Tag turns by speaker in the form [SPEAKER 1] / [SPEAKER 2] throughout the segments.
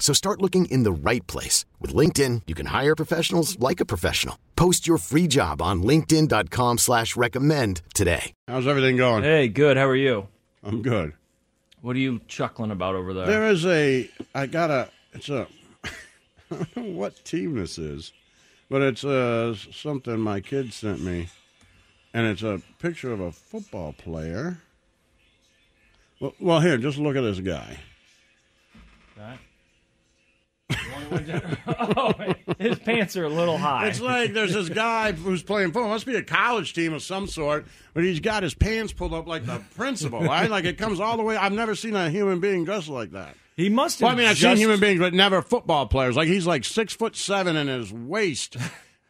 [SPEAKER 1] So start looking in the right place. With LinkedIn, you can hire professionals like a professional. Post your free job on linkedin.com slash recommend today.
[SPEAKER 2] How's everything going?
[SPEAKER 3] Hey, good. How are you?
[SPEAKER 2] I'm good.
[SPEAKER 3] What are you chuckling about over there?
[SPEAKER 2] There is a, I got a, it's a, I don't know what team this is, but it's uh something my kid sent me. And it's a picture of a football player. Well, well here, just look at this guy.
[SPEAKER 3] That- oh, his pants are a little high.
[SPEAKER 2] It's like there's this guy who's playing football. It must be a college team of some sort, but he's got his pants pulled up like the principal, right? Like it comes all the way. I've never seen a human being dressed like that.
[SPEAKER 3] he must have.
[SPEAKER 2] Well, I mean, I've
[SPEAKER 3] just-
[SPEAKER 2] seen human beings, but never football players. Like he's like six foot seven, and his waist,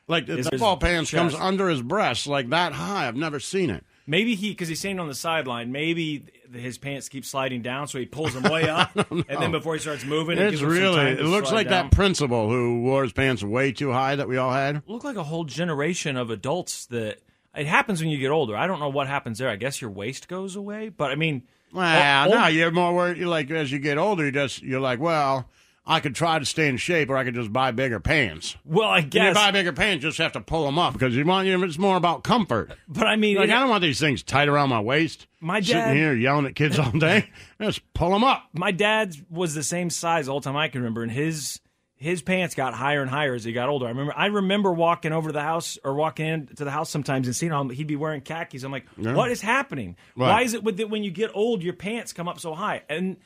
[SPEAKER 2] like the
[SPEAKER 3] Is his
[SPEAKER 2] football pants, comes
[SPEAKER 3] chest.
[SPEAKER 2] under his breast, like that high. I've never seen it.
[SPEAKER 3] Maybe he, because he's standing on the sideline, maybe th- his pants keep sliding down, so he pulls them way up, and then before he starts moving, it
[SPEAKER 2] It's
[SPEAKER 3] gives him some
[SPEAKER 2] really.
[SPEAKER 3] time to
[SPEAKER 2] It looks
[SPEAKER 3] slide
[SPEAKER 2] like
[SPEAKER 3] down.
[SPEAKER 2] that principal who wore his pants way too high that we all had.
[SPEAKER 3] Look like a whole generation of adults that it happens when you get older. I don't know what happens there. I guess your waist goes away, but I mean,
[SPEAKER 2] Well,
[SPEAKER 3] old-
[SPEAKER 2] no, you're more worried. You're like as you get older, you just you're like, well, I could try to stay in shape, or I could just buy bigger pants.
[SPEAKER 3] well, I
[SPEAKER 2] When
[SPEAKER 3] guess,
[SPEAKER 2] You buy bigger pants, you just have to pull them up because you want. You know, it's more about comfort.
[SPEAKER 3] but I mean,
[SPEAKER 2] Like
[SPEAKER 3] it-
[SPEAKER 2] I don't want these things tight around my waist.
[SPEAKER 3] My dad-
[SPEAKER 2] sitting here yelling at kids all day. just pull them up.
[SPEAKER 3] my dad's was the same size the whole time I can remember, and his his pants got higher and higher as he got older. I remember I remember walking over to the house or walking into the house sometimes and seeing him. He'd be wearing khakis. I'm like, what is happening?
[SPEAKER 2] Right.
[SPEAKER 3] Why is it with that when you get old, your pants come up so high? And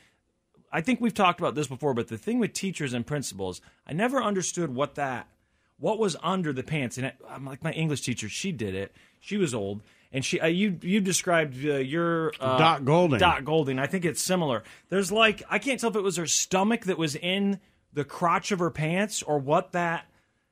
[SPEAKER 3] I think we've talked about this before, but the thing with teachers and principals, I never understood what that what was under the pants. And I, I'm like my English teacher, she did it. She was old, and she uh, you you described uh, your uh,
[SPEAKER 2] Dot Golding.
[SPEAKER 3] Dot Golding. I think it's similar. There's like I can't tell if it was her stomach that was in the crotch of her pants or what that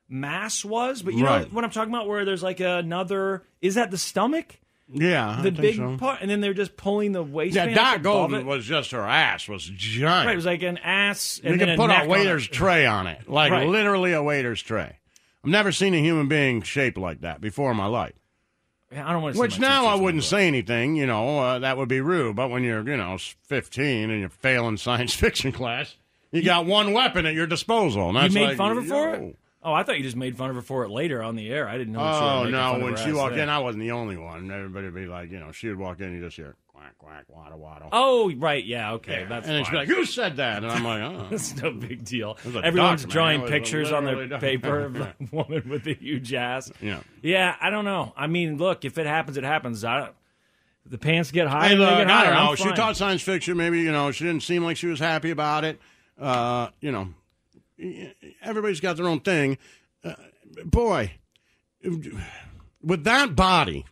[SPEAKER 3] mass was, but you know
[SPEAKER 2] Right.
[SPEAKER 3] what I'm talking about where there's like another is that the stomach?
[SPEAKER 2] Yeah, I
[SPEAKER 3] The
[SPEAKER 2] think
[SPEAKER 3] big
[SPEAKER 2] so.
[SPEAKER 3] part and then they're just pulling the waistband.
[SPEAKER 2] Yeah,
[SPEAKER 3] up
[SPEAKER 2] Dot
[SPEAKER 3] above
[SPEAKER 2] Golden
[SPEAKER 3] it.
[SPEAKER 2] was just her ass was giant.
[SPEAKER 3] Right, it was like an ass and
[SPEAKER 2] you
[SPEAKER 3] then
[SPEAKER 2] can
[SPEAKER 3] a
[SPEAKER 2] put
[SPEAKER 3] neck
[SPEAKER 2] a
[SPEAKER 3] on
[SPEAKER 2] waiter's
[SPEAKER 3] it.
[SPEAKER 2] tray on it, like
[SPEAKER 3] Right.
[SPEAKER 2] literally a waiter's tray. I've never seen a human being shaped like that before in my life.
[SPEAKER 3] I don't want to.
[SPEAKER 2] Which now I wouldn't say anything, you know, uh, that would be rude. But when you're, you know, 15 and you're failing science fiction class, you got one weapon at your disposal. And
[SPEAKER 3] You
[SPEAKER 2] that's
[SPEAKER 3] made
[SPEAKER 2] like,
[SPEAKER 3] fun of her for
[SPEAKER 2] yo.
[SPEAKER 3] it. Oh, I thought you just made fun of her for it later on the air. I didn't know. that
[SPEAKER 2] Oh,
[SPEAKER 3] you were making fun
[SPEAKER 2] no.
[SPEAKER 3] of
[SPEAKER 2] When
[SPEAKER 3] her
[SPEAKER 2] she
[SPEAKER 3] ass
[SPEAKER 2] walked
[SPEAKER 3] then.
[SPEAKER 2] in, I wasn't the only one. Everybody would be like, you know, she would walk in, you just hear quack, quack, waddle, waddle.
[SPEAKER 3] Oh, right, yeah, okay, that's
[SPEAKER 2] and then she'd be
[SPEAKER 3] fine.
[SPEAKER 2] like, who said that? And I'm like, oh.
[SPEAKER 3] It's no big deal.
[SPEAKER 2] was a
[SPEAKER 3] Everyone's
[SPEAKER 2] duck, man.
[SPEAKER 3] drawing
[SPEAKER 2] It was
[SPEAKER 3] pictures on their
[SPEAKER 2] literally a duck.
[SPEAKER 3] paper of the woman with the huge ass.
[SPEAKER 2] Yeah.
[SPEAKER 3] yeah. I don't know. I mean, look, if it happens, it happens. I don't, the pants get higher.
[SPEAKER 2] Hey,
[SPEAKER 3] they
[SPEAKER 2] look,
[SPEAKER 3] get
[SPEAKER 2] I
[SPEAKER 3] higher.
[SPEAKER 2] don't
[SPEAKER 3] I'm
[SPEAKER 2] know. She
[SPEAKER 3] fine.
[SPEAKER 2] taught science fiction. Maybe, you know, she didn't seem like she was happy about it. Uh, you know, everybody's got their own thing. Uh, boy, with that body,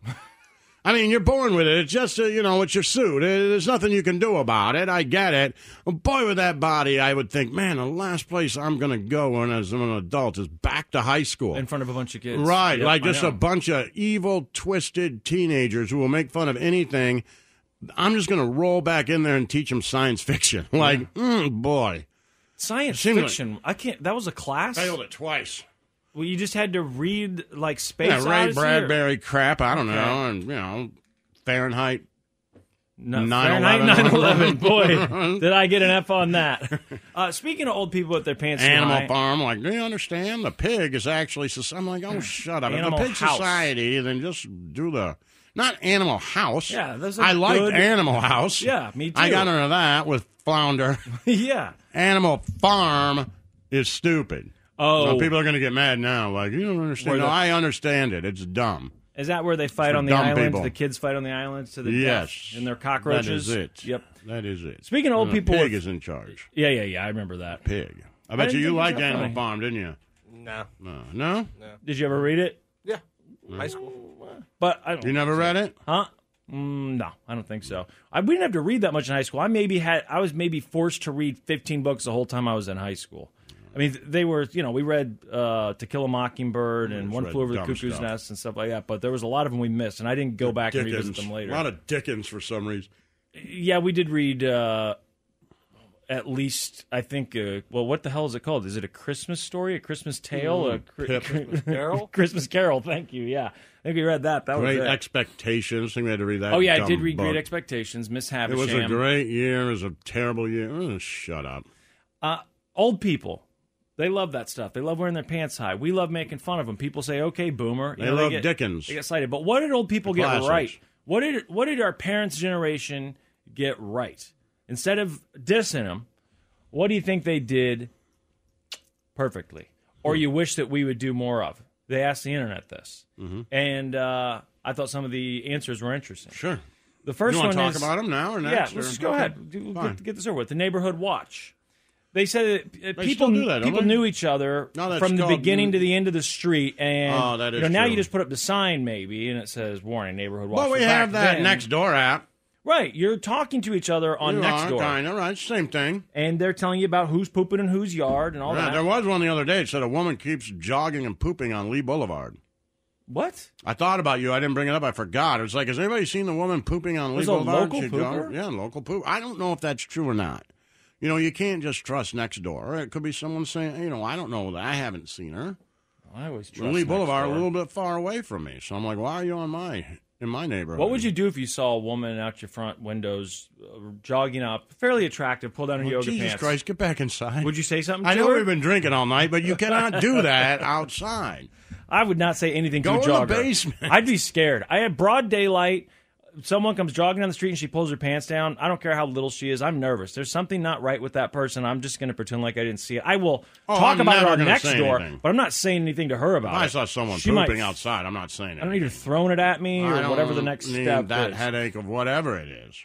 [SPEAKER 2] I mean, you're born with it. It's just, uh, you know, it's your suit. Uh, There's nothing you can do about it. I get it. But boy, with that body, I would think, man, the last place I'm going to go when as I'm an adult is back to high school.
[SPEAKER 3] in front of a bunch of kids.
[SPEAKER 2] Right,
[SPEAKER 3] Yep,
[SPEAKER 2] like
[SPEAKER 3] I
[SPEAKER 2] just a
[SPEAKER 3] know.
[SPEAKER 2] bunch of evil, twisted teenagers who will make fun of anything. I'm just going to roll back in there and teach them science fiction. Like, mm, boy,
[SPEAKER 3] science
[SPEAKER 2] Seemed like-
[SPEAKER 3] fiction. I can't. That was a class.
[SPEAKER 2] it twice.
[SPEAKER 3] Well, you just had to read like space.
[SPEAKER 2] Yeah, Ray
[SPEAKER 3] Odyssey or-
[SPEAKER 2] Bradbury crap. I don't
[SPEAKER 3] Okay.
[SPEAKER 2] know, and you know, Fahrenheit.
[SPEAKER 3] No,
[SPEAKER 2] 9/11.
[SPEAKER 3] 9/11. Boy, did I get an F on that. Uh, speaking of old people with their pants too
[SPEAKER 2] Animal
[SPEAKER 3] high,
[SPEAKER 2] Farm, like, do you understand? The pig is actually. soci- I'm like, oh, shut up.
[SPEAKER 3] Animal
[SPEAKER 2] if the pig
[SPEAKER 3] House.
[SPEAKER 2] society, then just do the. Not Animal House.
[SPEAKER 3] Yeah, those are
[SPEAKER 2] I liked
[SPEAKER 3] good-
[SPEAKER 2] Animal House.
[SPEAKER 3] Yeah, me
[SPEAKER 2] I
[SPEAKER 3] too.
[SPEAKER 2] got into that with Flounder.
[SPEAKER 3] yeah.
[SPEAKER 2] Animal Farm is stupid.
[SPEAKER 3] Oh,
[SPEAKER 2] Well, people are going to get mad now. Like you don't understand.
[SPEAKER 3] Where
[SPEAKER 2] No,
[SPEAKER 3] the-
[SPEAKER 2] I understand it. It's dumb.
[SPEAKER 3] is that where they fight
[SPEAKER 2] for
[SPEAKER 3] on the
[SPEAKER 2] dumb
[SPEAKER 3] island?
[SPEAKER 2] people.
[SPEAKER 3] The kids fight on the island to the
[SPEAKER 2] Yes,
[SPEAKER 3] death, and they're cockroaches.
[SPEAKER 2] That is it.
[SPEAKER 3] Yep.
[SPEAKER 2] that is it.
[SPEAKER 3] Speaking of old
[SPEAKER 2] And a
[SPEAKER 3] people
[SPEAKER 2] pig
[SPEAKER 3] with-
[SPEAKER 2] is in charge.
[SPEAKER 3] Yeah, yeah, yeah. I remember that.
[SPEAKER 2] Pig. I bet you
[SPEAKER 3] didn't
[SPEAKER 2] you
[SPEAKER 3] think it was
[SPEAKER 2] liked
[SPEAKER 3] that
[SPEAKER 2] Animal
[SPEAKER 3] funny.
[SPEAKER 2] Farm, didn't you? Uh,
[SPEAKER 4] No.
[SPEAKER 2] No, no,
[SPEAKER 3] Did you ever read it?
[SPEAKER 4] Yeah. High school.
[SPEAKER 3] But I don't.
[SPEAKER 2] you never read it.
[SPEAKER 3] Huh? Mm, no, I don't think so. I we didn't have to read that much in high school. I maybe had I was maybe forced to read 15 books the whole time I was in high school. I mean, they were you know we read uh, To Kill a Mockingbird and
[SPEAKER 2] just
[SPEAKER 3] One
[SPEAKER 2] read
[SPEAKER 3] Flew Over the
[SPEAKER 2] dumb
[SPEAKER 3] Cuckoo's
[SPEAKER 2] stuff.
[SPEAKER 3] Nest and stuff like that. But there was a lot of them we missed, and I didn't go back and revisit them later.
[SPEAKER 2] A lot of Dickens for some reason.
[SPEAKER 3] yeah, we did read uh, at least I think. Uh, well, what the hell is it called? Is it a Christmas story, a Christmas tale, a cri-
[SPEAKER 4] Carol?
[SPEAKER 3] Christmas Carol? Thank you. Yeah, I think we read that. That
[SPEAKER 2] Great
[SPEAKER 3] was it.
[SPEAKER 2] Expectations. I think we had to read that.
[SPEAKER 3] Oh yeah, I
[SPEAKER 2] dumb
[SPEAKER 3] did read
[SPEAKER 2] book.
[SPEAKER 3] Great Expectations. Miss Havisham.
[SPEAKER 2] It was a great year. It was a terrible year. Oh, shut up.
[SPEAKER 3] Uh, old people, they love that stuff. They love wearing their pants high. We love making fun of them. People say, "Okay, boomer." You
[SPEAKER 2] They
[SPEAKER 3] know,
[SPEAKER 2] love
[SPEAKER 3] get-
[SPEAKER 2] Dickens.
[SPEAKER 3] They get cited. But what did old people
[SPEAKER 2] The
[SPEAKER 3] get
[SPEAKER 2] classics.
[SPEAKER 3] right? What did what did our parents' generation get right? Instead of dissing them, what do you think they did perfectly,
[SPEAKER 2] Hmm.
[SPEAKER 3] or you wish that we would do more of? They asked the internet this,
[SPEAKER 2] Mm-hmm.
[SPEAKER 3] and uh, I thought some of the answers were interesting.
[SPEAKER 2] Sure.
[SPEAKER 3] The first
[SPEAKER 2] you
[SPEAKER 3] one
[SPEAKER 2] want to talk
[SPEAKER 3] is,
[SPEAKER 2] about them now or
[SPEAKER 3] yeah,
[SPEAKER 2] next?
[SPEAKER 3] let's
[SPEAKER 2] or-
[SPEAKER 3] just go
[SPEAKER 2] okay.
[SPEAKER 3] ahead. Do-
[SPEAKER 2] Fine.
[SPEAKER 3] Get, get this over with. The neighborhood watch. They said that uh,
[SPEAKER 2] They
[SPEAKER 3] people
[SPEAKER 2] still do that, don't
[SPEAKER 3] people
[SPEAKER 2] they?
[SPEAKER 3] knew each other
[SPEAKER 2] No, that's
[SPEAKER 3] from the
[SPEAKER 2] called-
[SPEAKER 3] beginning to the end of the street, and
[SPEAKER 2] Oh, that
[SPEAKER 3] you
[SPEAKER 2] is
[SPEAKER 3] know, now
[SPEAKER 2] true.
[SPEAKER 3] you just put up the sign maybe, and it says "Warning: Neighborhood Watch."
[SPEAKER 2] Well, we
[SPEAKER 3] But back
[SPEAKER 2] have that
[SPEAKER 3] then-
[SPEAKER 2] next door app.
[SPEAKER 3] Right, you're talking to each other on
[SPEAKER 2] You
[SPEAKER 3] next
[SPEAKER 2] are,
[SPEAKER 3] door,
[SPEAKER 2] Kind of right. Same thing.
[SPEAKER 3] and they're telling you about who's pooping in whose yard and all
[SPEAKER 2] Right.
[SPEAKER 3] that.
[SPEAKER 2] There was one the other day. It said a woman keeps jogging and pooping on Lee Boulevard.
[SPEAKER 3] What?
[SPEAKER 2] I thought about you. I didn't bring it up. I forgot. It was like, has anybody seen the woman pooping on
[SPEAKER 3] Was
[SPEAKER 2] Lee
[SPEAKER 3] it a
[SPEAKER 2] Boulevard?
[SPEAKER 3] local
[SPEAKER 2] She'd go-
[SPEAKER 3] pooper?
[SPEAKER 2] yeah, local poop. I don't know if that's true or not. You know, you can't just trust next door. It could be someone saying, you know, I don't know that. I haven't seen her.
[SPEAKER 3] I always trust
[SPEAKER 2] Lee
[SPEAKER 3] next
[SPEAKER 2] Boulevard a
[SPEAKER 3] door.
[SPEAKER 2] little bit far away from me, so I'm like, why are you on my in my neighborhood?
[SPEAKER 3] What would you do if you saw a woman out your front windows uh, jogging up, fairly attractive, pull down her
[SPEAKER 2] Well,
[SPEAKER 3] yoga
[SPEAKER 2] Jesus
[SPEAKER 3] pants?
[SPEAKER 2] Christ, get back inside.
[SPEAKER 3] Would you say something?
[SPEAKER 2] I
[SPEAKER 3] to
[SPEAKER 2] know
[SPEAKER 3] her?
[SPEAKER 2] we've been drinking all night, but you cannot do that outside.
[SPEAKER 3] I would not say anything
[SPEAKER 2] Go
[SPEAKER 3] to a
[SPEAKER 2] in the
[SPEAKER 3] jogger.
[SPEAKER 2] basement.
[SPEAKER 3] I'd be scared. I had broad daylight. Someone comes jogging down the street and she pulls her pants down. I don't care how little she is. I'm nervous. There's something not right with that person. I'm just going to pretend like I didn't see it. I will
[SPEAKER 2] Oh,
[SPEAKER 3] talk
[SPEAKER 2] I'm
[SPEAKER 3] about it
[SPEAKER 2] never
[SPEAKER 3] on
[SPEAKER 2] gonna
[SPEAKER 3] next
[SPEAKER 2] say
[SPEAKER 3] door,
[SPEAKER 2] anything.
[SPEAKER 3] but I'm not saying anything to her about
[SPEAKER 2] If I
[SPEAKER 3] it.
[SPEAKER 2] saw someone
[SPEAKER 3] She
[SPEAKER 2] pooping
[SPEAKER 3] might-
[SPEAKER 2] outside, I'm not saying it.
[SPEAKER 3] I don't need her throwing it at me or whatever the next
[SPEAKER 2] need
[SPEAKER 3] step
[SPEAKER 2] that
[SPEAKER 3] is.
[SPEAKER 2] headache of whatever it is.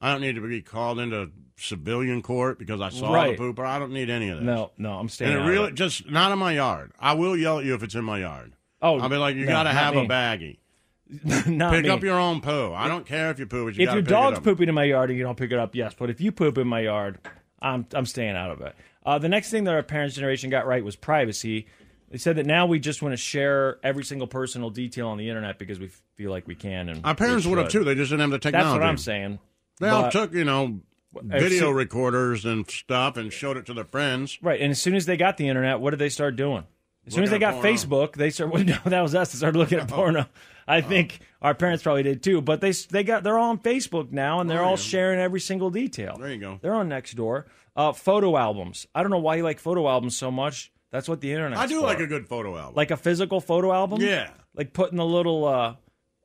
[SPEAKER 2] I don't need to be called into civilian court because I saw
[SPEAKER 3] Right.
[SPEAKER 2] the pooper. I don't need any of that.
[SPEAKER 3] No, no, I'm staying.
[SPEAKER 2] and it
[SPEAKER 3] out of
[SPEAKER 2] really
[SPEAKER 3] it.
[SPEAKER 2] just not in my yard. I will yell at you if it's in my yard.
[SPEAKER 3] Oh,
[SPEAKER 2] I'll be like, you
[SPEAKER 3] no,
[SPEAKER 2] got to
[SPEAKER 3] not
[SPEAKER 2] have
[SPEAKER 3] me.
[SPEAKER 2] a baggie.
[SPEAKER 3] Not
[SPEAKER 2] Pick
[SPEAKER 3] me.
[SPEAKER 2] up your own poo. I don't care if you poo, but you
[SPEAKER 3] if
[SPEAKER 2] gotta
[SPEAKER 3] your
[SPEAKER 2] pick
[SPEAKER 3] dog's
[SPEAKER 2] it up.
[SPEAKER 3] pooping in my yard and you don't pick it up, yes. But if you poop in my yard, I'm I'm staying out of it. Uh, the next thing that our parents' generation got right was privacy. They said that now we just want to share every single personal detail on the internet because we feel like we can. And
[SPEAKER 2] Our parents
[SPEAKER 3] we
[SPEAKER 2] would have
[SPEAKER 3] should.
[SPEAKER 2] too. They just didn't have the technology.
[SPEAKER 3] That's what I'm saying.
[SPEAKER 2] They all
[SPEAKER 3] But-
[SPEAKER 2] took, you know,
[SPEAKER 3] I've
[SPEAKER 2] video
[SPEAKER 3] seen-
[SPEAKER 2] recorders and stuff and showed it to their friends.
[SPEAKER 3] Right, and as soon as they got the internet, what did they start doing? As soon as they
[SPEAKER 2] Looking at
[SPEAKER 3] got
[SPEAKER 2] porno. Oh.
[SPEAKER 3] Facebook, they started. Well, no, that was us that started looking at porno. I think our parents probably did too. But they s- they got they're all on Facebook now, and
[SPEAKER 2] Oh,
[SPEAKER 3] they're all sharing every single detail.
[SPEAKER 2] There you go.
[SPEAKER 3] They're on Nextdoor. Uh, photo albums. I don't know why you like photo albums so much. That's what the internet.
[SPEAKER 2] I do like a good photo album.
[SPEAKER 3] like a physical photo album.
[SPEAKER 2] Yeah.
[SPEAKER 3] like putting the little uh,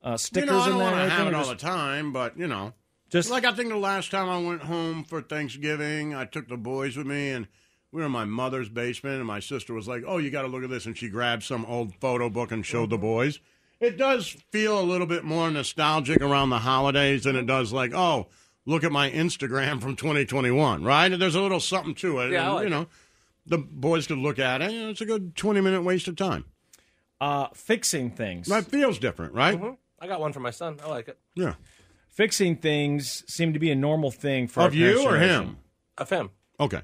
[SPEAKER 3] uh,
[SPEAKER 2] you
[SPEAKER 3] stickers
[SPEAKER 2] know, I
[SPEAKER 3] in
[SPEAKER 2] don't
[SPEAKER 3] there.
[SPEAKER 2] want
[SPEAKER 3] and
[SPEAKER 2] to have it
[SPEAKER 3] everything, or
[SPEAKER 2] all
[SPEAKER 3] just,
[SPEAKER 2] the time, but you know,
[SPEAKER 3] just
[SPEAKER 2] like I think the last time I went home for Thanksgiving, I took the boys with me and. We were in my mother's basement, and my sister was like, "Oh, you got to look at this," and she grabbed some old photo book and showed the boys. It does feel a little bit more nostalgic around the holidays than it does like, "Oh, look at my Instagram from 2021." Right? There's a little something to it,
[SPEAKER 4] Yeah, I
[SPEAKER 2] and,
[SPEAKER 4] like
[SPEAKER 2] you know. The boys could look at it. You know, it's a good 20 minute waste of time.
[SPEAKER 3] uh, fixing things.
[SPEAKER 2] That feels different, right?
[SPEAKER 4] I got one for my son. I like it.
[SPEAKER 2] Yeah.
[SPEAKER 3] Fixing things seemed to be a normal thing for our
[SPEAKER 2] of you
[SPEAKER 3] parents'
[SPEAKER 2] or
[SPEAKER 3] generation.
[SPEAKER 2] him?
[SPEAKER 4] Of him.
[SPEAKER 2] Okay.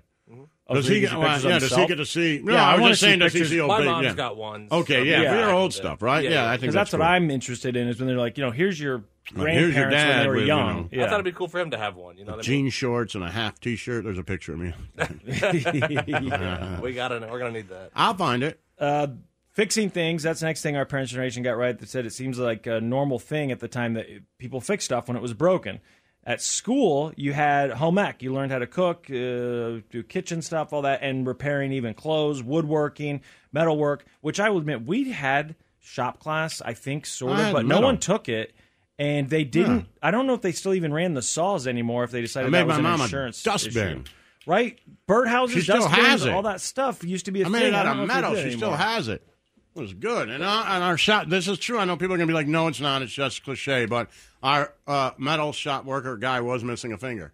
[SPEAKER 3] Of
[SPEAKER 2] Does he
[SPEAKER 3] reading
[SPEAKER 2] get?
[SPEAKER 3] some
[SPEAKER 2] well,
[SPEAKER 3] pictures of
[SPEAKER 2] yeah. Does he
[SPEAKER 3] himself.
[SPEAKER 2] get to see? No,
[SPEAKER 3] Yeah, I
[SPEAKER 2] I was
[SPEAKER 3] wanna
[SPEAKER 2] just
[SPEAKER 3] see
[SPEAKER 2] saying. Does he
[SPEAKER 3] pictures-
[SPEAKER 2] see old
[SPEAKER 4] My
[SPEAKER 2] big?
[SPEAKER 4] mom's
[SPEAKER 2] Oh, yeah.
[SPEAKER 4] got ones.
[SPEAKER 2] Okay,
[SPEAKER 4] from
[SPEAKER 2] yeah,
[SPEAKER 4] back
[SPEAKER 3] for
[SPEAKER 2] your
[SPEAKER 4] in
[SPEAKER 2] old
[SPEAKER 4] the-
[SPEAKER 2] stuff, right? Yeah, I think
[SPEAKER 3] Because that's,
[SPEAKER 2] that's
[SPEAKER 3] what
[SPEAKER 2] cool.
[SPEAKER 3] I'm interested in is when they're like, you know, here's your
[SPEAKER 2] Like,
[SPEAKER 3] grandparents
[SPEAKER 2] here's your
[SPEAKER 3] when
[SPEAKER 2] dad
[SPEAKER 3] they were
[SPEAKER 2] with, you
[SPEAKER 3] young.
[SPEAKER 2] know,
[SPEAKER 4] I thought it'd be cool for him to have one. You know what I mean?
[SPEAKER 2] Jean shorts and a half T-shirt. There's a picture of me.
[SPEAKER 4] Yeah, we gotta. We're gonna need that.
[SPEAKER 2] I'll find it.
[SPEAKER 3] uh, fixing things. That's the next thing our parents' generation got right. That said, it seems like a normal thing at the time that people fixed stuff when it was broken. At school, you had home ec. You learned how to cook, uh, do kitchen stuff, all that, and repairing even clothes, woodworking, metalwork. Which I will admit, we had shop class. I think sort
[SPEAKER 2] I
[SPEAKER 3] of,
[SPEAKER 2] had
[SPEAKER 3] but no
[SPEAKER 2] metal.
[SPEAKER 3] one took it. And they didn't. I don't know if they still even ran the saws anymore. If they decided
[SPEAKER 2] I made
[SPEAKER 3] that was
[SPEAKER 2] my
[SPEAKER 3] an
[SPEAKER 2] mom a
[SPEAKER 3] insurance
[SPEAKER 2] dustbin.
[SPEAKER 3] issue. right? Birdhouses,
[SPEAKER 2] She still
[SPEAKER 3] dustbins,
[SPEAKER 2] has it.
[SPEAKER 3] all that stuff used to be a
[SPEAKER 2] I
[SPEAKER 3] thing.
[SPEAKER 2] made it
[SPEAKER 3] I
[SPEAKER 2] out
[SPEAKER 3] don't
[SPEAKER 2] of
[SPEAKER 3] know if they
[SPEAKER 2] metal.
[SPEAKER 3] do
[SPEAKER 2] She still
[SPEAKER 3] anymore.
[SPEAKER 2] has it. It was good. And, our, and our shop, this is true. I know people are going to be like, no, it's not. It's just cliche. But our uh, metal shop worker guy was missing a finger.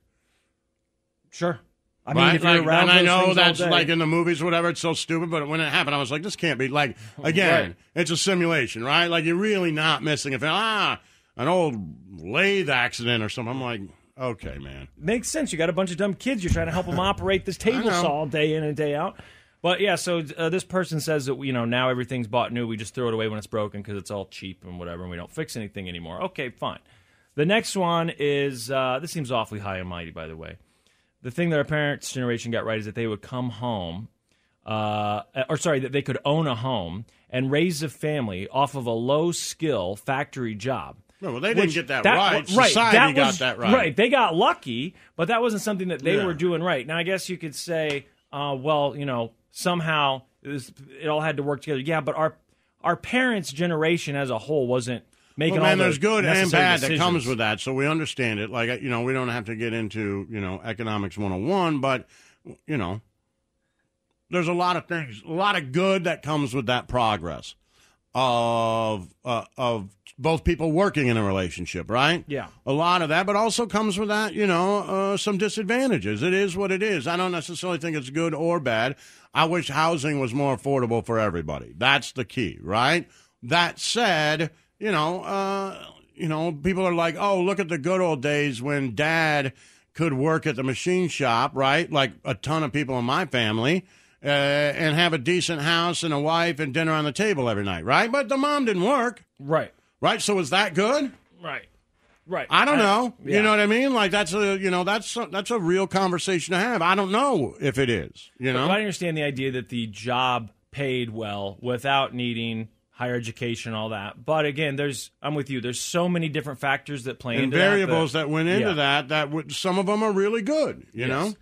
[SPEAKER 3] Sure. I
[SPEAKER 2] right?
[SPEAKER 3] mean, if you're
[SPEAKER 2] Like,
[SPEAKER 3] around
[SPEAKER 2] and I
[SPEAKER 3] those
[SPEAKER 2] know
[SPEAKER 3] things all
[SPEAKER 2] that's
[SPEAKER 3] day-
[SPEAKER 2] like in the movies, whatever. It's so stupid. But when it happened, I was like, this can't be. Like, again,
[SPEAKER 3] Oh, Right.
[SPEAKER 2] it's a simulation, right? Like, you're really not missing a finger. Ah, an old lathe accident or something. I'm like, okay, man.
[SPEAKER 3] makes sense. You got a bunch of dumb kids. You're trying to help them operate this table
[SPEAKER 2] know.
[SPEAKER 3] saw day in and day out. But yeah, so uh, this person says that you know now everything's bought new. We just throw it away when it's broken because it's all cheap and whatever, and we don't fix anything anymore. Okay, fine. The next one is uh, this seems awfully high and mighty, by the way. The thing that our parents' generation got right is that they would come home, uh, or sorry, that they could own a home and raise a family off of a low skill factory job.
[SPEAKER 2] No, well, they didn't
[SPEAKER 3] Which-
[SPEAKER 2] get that right. Society got that right.
[SPEAKER 3] Right, they got lucky, but that wasn't something that they
[SPEAKER 2] Yeah.
[SPEAKER 3] were doing right. Now, I guess you could say, uh, well, you know, somehow it, was, it all had to work together. Yeah, but our our parents' generation as a whole wasn't making
[SPEAKER 2] well, man,
[SPEAKER 3] all the
[SPEAKER 2] there's good and
[SPEAKER 3] necessary
[SPEAKER 2] bad
[SPEAKER 3] decisions.
[SPEAKER 2] that comes with that, so we understand it. Like you know, we don't have to get into you know economics 101, but you know, there's a lot of things, a lot of good that comes with that progress of uh, of both people working in a relationship, right?
[SPEAKER 3] Yeah.
[SPEAKER 2] a lot of that, but also comes with that, you know, uh, some disadvantages. It is what it is. I don't necessarily think it's good or bad. I wish housing was more affordable for everybody. That's the key, right? That said, you know, uh, you know, people are like, oh, look at the good old days when dad could work at the machine shop, right? Like a ton of people in my family. Uh, and have a decent house and a wife and dinner on the table every night, right? But the mom didn't work,
[SPEAKER 3] Right,
[SPEAKER 2] right? So is that good?
[SPEAKER 3] right, right.
[SPEAKER 2] I don't know.
[SPEAKER 3] yeah.
[SPEAKER 2] You know what I mean? Like that's a you know that's a, that's a real conversation to have. I don't know if it is. You
[SPEAKER 3] But I
[SPEAKER 2] know,
[SPEAKER 3] understand the idea that the job paid well without needing higher education, all that. But again, there's I'm with you. There's so many different factors that play
[SPEAKER 2] and
[SPEAKER 3] into
[SPEAKER 2] variables
[SPEAKER 3] that,
[SPEAKER 2] that, went into
[SPEAKER 3] Yeah.
[SPEAKER 2] that that would, some of them are really good. You know,
[SPEAKER 3] Yes.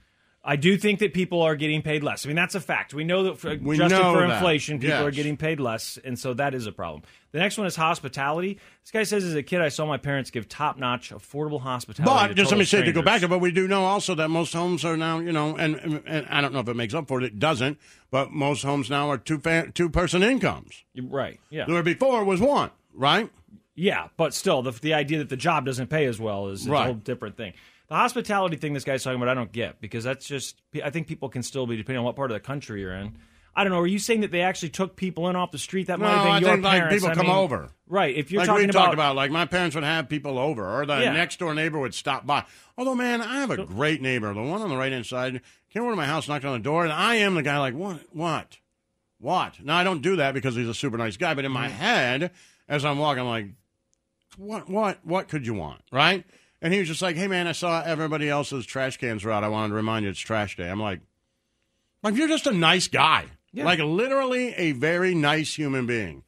[SPEAKER 3] I do think that people are getting paid less. I mean, that's a fact. We know that for,
[SPEAKER 2] We
[SPEAKER 3] adjusted
[SPEAKER 2] know
[SPEAKER 3] for
[SPEAKER 2] that.
[SPEAKER 3] inflation, people are
[SPEAKER 2] Yes.
[SPEAKER 3] getting paid less, and so that is a problem. The next one is hospitality. This guy says, as a kid, I saw my parents give top-notch, affordable hospitality.
[SPEAKER 2] but
[SPEAKER 3] to
[SPEAKER 2] just let
[SPEAKER 3] total
[SPEAKER 2] me say to go
[SPEAKER 3] strangers.
[SPEAKER 2] back to, but we do know also that most homes are now you know, and, and, and I don't know if it makes up for it. It doesn't, but most homes now are two fa- two person incomes.
[SPEAKER 3] right? Yeah,
[SPEAKER 2] Where before was one, right?
[SPEAKER 3] yeah, but still, the, the idea that the job doesn't pay as well is, is a
[SPEAKER 2] Right.
[SPEAKER 3] whole different thing. The hospitality thing this guy's talking about, I don't get because that's just. I think people can still be depending on what part of the country you're in. I don't know. Are you saying that they actually took people in off the street? That might
[SPEAKER 2] No,
[SPEAKER 3] have been
[SPEAKER 2] I
[SPEAKER 3] your
[SPEAKER 2] think, like,
[SPEAKER 3] parents.
[SPEAKER 2] people
[SPEAKER 3] I
[SPEAKER 2] come
[SPEAKER 3] mean-
[SPEAKER 2] over.
[SPEAKER 3] right? If you're
[SPEAKER 2] like
[SPEAKER 3] talking
[SPEAKER 2] we
[SPEAKER 3] about,
[SPEAKER 2] talked about, like my parents would have people over, or the
[SPEAKER 3] Yeah.
[SPEAKER 2] next door neighbor would stop by. Oh no, man, I have a great neighbor. The one on the right hand side came over to my house, knocked on the door, and I am the guy. Like what? What? What? Now I don't do that because he's a super nice guy, but in
[SPEAKER 3] Mm-hmm.
[SPEAKER 2] my head, as I'm walking, I'm like, what? What? What could you want? Right? And he was just like, hey man, I saw everybody else's trash cans were out. I wanted to remind you it's trash day. I'm like, like you're just a nice guy.
[SPEAKER 3] Yeah.
[SPEAKER 2] Like literally a very nice human being.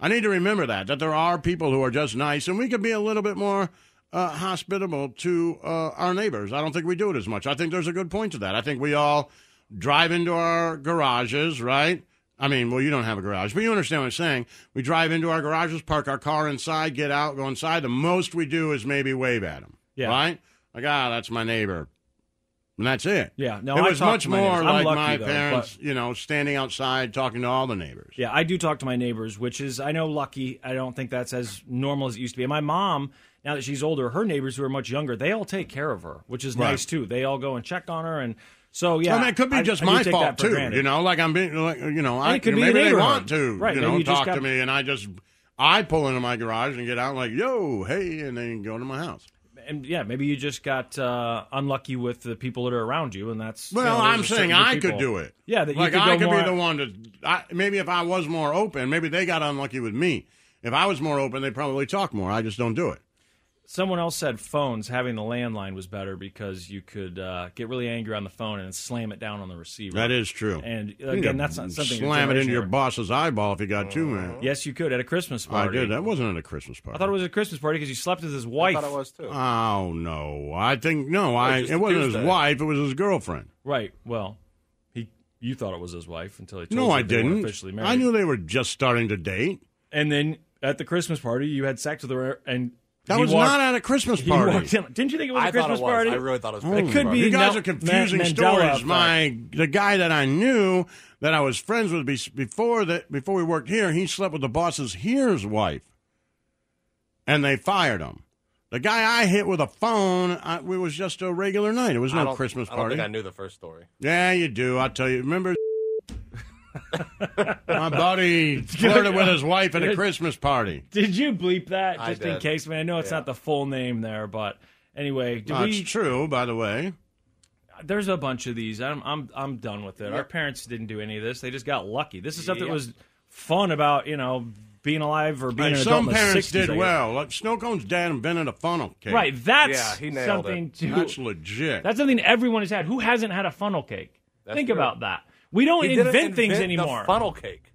[SPEAKER 2] I need to remember that that there are people who are just nice, and we could be a little bit more uh, hospitable to uh, our neighbors. I don't think we do it as much. I think there's a good point to that. I think we all drive into our garages, right? I mean, well, you don't have a garage, but you understand what I'm saying. We drive into our garages, park our car inside, get out, go inside. The most we do is maybe wave at them,
[SPEAKER 3] Yeah.
[SPEAKER 2] right? Like, ah, that's my neighbor, and that's it.
[SPEAKER 3] Yeah, no,
[SPEAKER 2] it
[SPEAKER 3] I
[SPEAKER 2] was
[SPEAKER 3] talk
[SPEAKER 2] much
[SPEAKER 3] to my
[SPEAKER 2] more
[SPEAKER 3] neighbors. I'm
[SPEAKER 2] like
[SPEAKER 3] lucky,
[SPEAKER 2] my
[SPEAKER 3] though,
[SPEAKER 2] parents, you know, standing outside talking to all the neighbors.
[SPEAKER 3] Yeah, I do talk to my neighbors, which is I know lucky. I don't think that's as normal as it used to be. And my mom, now that she's older, her neighbors who are much younger, they all take care of her, which is
[SPEAKER 2] Right.
[SPEAKER 3] nice too. They all go and check on her, and so yeah,
[SPEAKER 2] I mean, it could be
[SPEAKER 3] I-
[SPEAKER 2] just
[SPEAKER 3] I do
[SPEAKER 2] my
[SPEAKER 3] take
[SPEAKER 2] fault
[SPEAKER 3] that for
[SPEAKER 2] too.
[SPEAKER 3] granted.
[SPEAKER 2] You know, like I'm being, like, you know, I
[SPEAKER 3] it could be
[SPEAKER 2] maybe
[SPEAKER 3] the
[SPEAKER 2] they
[SPEAKER 3] neighborhood.
[SPEAKER 2] want to,
[SPEAKER 3] Right,
[SPEAKER 2] you
[SPEAKER 3] maybe
[SPEAKER 2] know,
[SPEAKER 3] you just
[SPEAKER 2] talk to
[SPEAKER 3] got-
[SPEAKER 2] me, and I just I pull into my garage and get out like, yo, hey, and then go to my house.
[SPEAKER 3] and yeah, maybe you just got uh, unlucky with the people that are around you, and that's you
[SPEAKER 2] Well,
[SPEAKER 3] know,
[SPEAKER 2] I'm
[SPEAKER 3] there's a certain
[SPEAKER 2] saying
[SPEAKER 3] group of
[SPEAKER 2] I could
[SPEAKER 3] people.
[SPEAKER 2] do it.
[SPEAKER 3] Yeah, that you
[SPEAKER 2] like
[SPEAKER 3] could
[SPEAKER 2] I
[SPEAKER 3] go
[SPEAKER 2] could
[SPEAKER 3] more-
[SPEAKER 2] be the one to. I, maybe if I was more open, maybe they got unlucky with me. If I was more open, they'd probably talk more. I just don't do it.
[SPEAKER 3] Someone else said phones having the landline was better because you could uh, get really angry on the phone and slam it down on the receiver.
[SPEAKER 2] That is true.
[SPEAKER 3] And
[SPEAKER 2] You
[SPEAKER 3] again,
[SPEAKER 2] could
[SPEAKER 3] that's not something. your
[SPEAKER 2] Slam it into
[SPEAKER 3] generation
[SPEAKER 2] your
[SPEAKER 3] ever-
[SPEAKER 2] boss's eyeball if you got too mad.
[SPEAKER 3] Yes, you could at a Christmas
[SPEAKER 2] Oh, I
[SPEAKER 3] party.
[SPEAKER 2] did. That wasn't at a Christmas party.
[SPEAKER 3] I thought it was a Christmas party because you slept with his
[SPEAKER 4] I
[SPEAKER 3] wife.
[SPEAKER 4] thought it was too.
[SPEAKER 2] Oh no! I think
[SPEAKER 3] Oh,
[SPEAKER 2] no. I
[SPEAKER 4] just
[SPEAKER 2] it wasn't
[SPEAKER 4] Tuesday.
[SPEAKER 2] his wife. It was his girlfriend.
[SPEAKER 3] Right. Well, he you thought it was his wife until he told
[SPEAKER 2] No,
[SPEAKER 3] you
[SPEAKER 2] I
[SPEAKER 3] they weren't
[SPEAKER 2] didn't.
[SPEAKER 3] officially married.
[SPEAKER 2] I knew they were just starting to date.
[SPEAKER 3] And then at the Christmas party, you had sex with her, and
[SPEAKER 2] That
[SPEAKER 3] He
[SPEAKER 2] was
[SPEAKER 3] walked-
[SPEAKER 2] not at a Christmas
[SPEAKER 3] He
[SPEAKER 2] party.
[SPEAKER 3] walked in- Didn't you think it was a
[SPEAKER 4] I thought
[SPEAKER 3] Christmas
[SPEAKER 4] it was.
[SPEAKER 3] party?
[SPEAKER 4] I really
[SPEAKER 2] Oh,
[SPEAKER 4] thought it was.
[SPEAKER 3] It
[SPEAKER 4] Christmas
[SPEAKER 3] could
[SPEAKER 4] party.
[SPEAKER 3] be
[SPEAKER 2] You guys
[SPEAKER 3] Nel-
[SPEAKER 2] are confusing
[SPEAKER 3] Ma- Mandela
[SPEAKER 2] stories.
[SPEAKER 3] effect.
[SPEAKER 2] My the guy that I knew that I was friends with be- before that before we worked here, he slept with the boss's here's wife, and they fired him. The guy I hit with a phone, I, it was just a regular night. It was
[SPEAKER 4] I
[SPEAKER 2] no
[SPEAKER 4] don't-
[SPEAKER 2] Christmas
[SPEAKER 4] I don't
[SPEAKER 2] party.
[SPEAKER 4] think I knew the first story.
[SPEAKER 2] Yeah, you do. I'll tell you. Remember, my buddy flirted with his wife at a Christmas party.
[SPEAKER 3] Did you bleep that
[SPEAKER 4] I
[SPEAKER 3] just in
[SPEAKER 4] did.
[SPEAKER 3] case, man? I know it's
[SPEAKER 4] Yeah.
[SPEAKER 3] not the full name there, but anyway, do
[SPEAKER 2] That's
[SPEAKER 3] we,
[SPEAKER 2] true, by the way.
[SPEAKER 3] there's a bunch of these. I'm I'm I'm done with it. Our parents didn't do any of this. They just got lucky. This is stuff that was fun about you know being alive or being
[SPEAKER 2] Like,
[SPEAKER 3] an
[SPEAKER 2] some
[SPEAKER 3] adult in the
[SPEAKER 2] parents
[SPEAKER 3] 60s,
[SPEAKER 2] did
[SPEAKER 3] I guess.
[SPEAKER 2] well. Like, Snow Cone's dad invented a funnel cake.
[SPEAKER 3] Right, that's
[SPEAKER 4] Yeah, he nailed
[SPEAKER 3] something
[SPEAKER 4] it.
[SPEAKER 3] to
[SPEAKER 2] That's legit.
[SPEAKER 3] that's something everyone has had. Who hasn't had a funnel cake?
[SPEAKER 4] That's
[SPEAKER 3] Think
[SPEAKER 4] true.
[SPEAKER 3] about that. We don't
[SPEAKER 4] He
[SPEAKER 3] invent,
[SPEAKER 4] didn't
[SPEAKER 3] things
[SPEAKER 4] invent
[SPEAKER 3] anymore.
[SPEAKER 4] The funnel cake.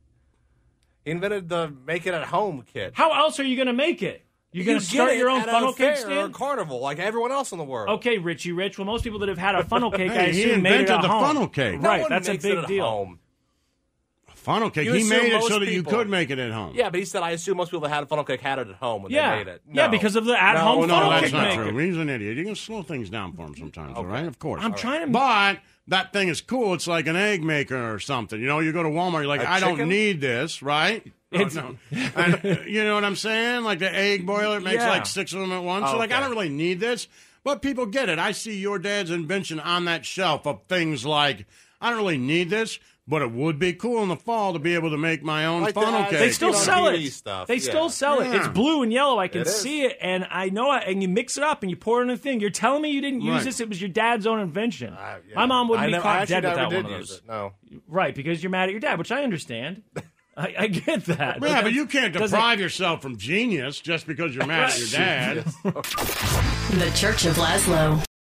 [SPEAKER 4] He invented the make it at home kit.
[SPEAKER 3] How else are you going to make it? You're
[SPEAKER 4] You
[SPEAKER 3] going to
[SPEAKER 4] get
[SPEAKER 3] start
[SPEAKER 4] it
[SPEAKER 3] your own
[SPEAKER 4] at
[SPEAKER 3] funnel
[SPEAKER 4] a fair
[SPEAKER 3] cake
[SPEAKER 4] or a
[SPEAKER 3] stand?
[SPEAKER 4] carnival like everyone else in the world.
[SPEAKER 3] Okay, Richie Rich. Well, most people that have had a funnel cake, I
[SPEAKER 2] Hey, he
[SPEAKER 3] assume, made it
[SPEAKER 2] invented
[SPEAKER 3] at
[SPEAKER 2] the
[SPEAKER 3] home.
[SPEAKER 2] funnel cake.
[SPEAKER 4] No
[SPEAKER 3] Right,
[SPEAKER 4] one
[SPEAKER 3] that's a
[SPEAKER 4] makes
[SPEAKER 3] big
[SPEAKER 4] it at
[SPEAKER 3] deal.
[SPEAKER 4] Home.
[SPEAKER 2] funnel cake.
[SPEAKER 4] You
[SPEAKER 2] he
[SPEAKER 4] assume
[SPEAKER 2] made it
[SPEAKER 4] most
[SPEAKER 2] so that you
[SPEAKER 4] people-
[SPEAKER 2] could make it at home.
[SPEAKER 4] Yeah, but he said I assume most people that had a funnel cake had it at home when
[SPEAKER 3] Yeah.
[SPEAKER 4] they made it.
[SPEAKER 3] Yeah,
[SPEAKER 4] No.
[SPEAKER 3] because of the at
[SPEAKER 4] No,
[SPEAKER 3] home funnel
[SPEAKER 4] no,
[SPEAKER 2] No,
[SPEAKER 4] funnel
[SPEAKER 2] that's
[SPEAKER 3] cake
[SPEAKER 2] not
[SPEAKER 3] maker.
[SPEAKER 2] true. He's an idiot. You can slow things down for him sometimes, all right? Of course.
[SPEAKER 3] I'm trying to-
[SPEAKER 2] But that thing is cool. It's like an egg maker or something. You know, you go to Walmart, you're like,
[SPEAKER 4] A
[SPEAKER 2] I don't
[SPEAKER 4] chicken?
[SPEAKER 2] need this, right? Oh, no. And, uh, you know what I'm saying? Like the egg boiler, it makes
[SPEAKER 3] Yeah.
[SPEAKER 2] like six of them at once. so, like, I
[SPEAKER 4] Okay.
[SPEAKER 2] don't really need this. But people get it. I see your dad's invention on that shelf of things like, I don't really need this, but it would be cool in the fall to be able to make my own
[SPEAKER 4] Like the-
[SPEAKER 2] funnel
[SPEAKER 4] uh,
[SPEAKER 2] cake.
[SPEAKER 3] They still
[SPEAKER 4] You know,
[SPEAKER 3] sell it.
[SPEAKER 4] TV stuff,
[SPEAKER 3] They
[SPEAKER 4] yeah.
[SPEAKER 3] still sell it.
[SPEAKER 2] Yeah.
[SPEAKER 3] It's blue and yellow. I can
[SPEAKER 4] It is.
[SPEAKER 3] see it, and I know. I, and you mix it up and you pour it in a thing. You're telling me you didn't use
[SPEAKER 2] Right.
[SPEAKER 3] this? It was your dad's own invention.
[SPEAKER 4] I- yeah.
[SPEAKER 3] My mom would
[SPEAKER 4] I
[SPEAKER 3] be
[SPEAKER 4] never- I
[SPEAKER 3] caught
[SPEAKER 4] actually
[SPEAKER 3] dead
[SPEAKER 4] never
[SPEAKER 3] without one
[SPEAKER 4] did
[SPEAKER 3] of
[SPEAKER 4] use
[SPEAKER 3] those.
[SPEAKER 4] it, No.
[SPEAKER 3] Right, because you're mad at your dad, which I understand. I, I get that.
[SPEAKER 2] Yeah, but you can't
[SPEAKER 3] doesn't-
[SPEAKER 2] deprive yourself from genius just because you're mad at your dad.
[SPEAKER 5] The Church of Laszlo.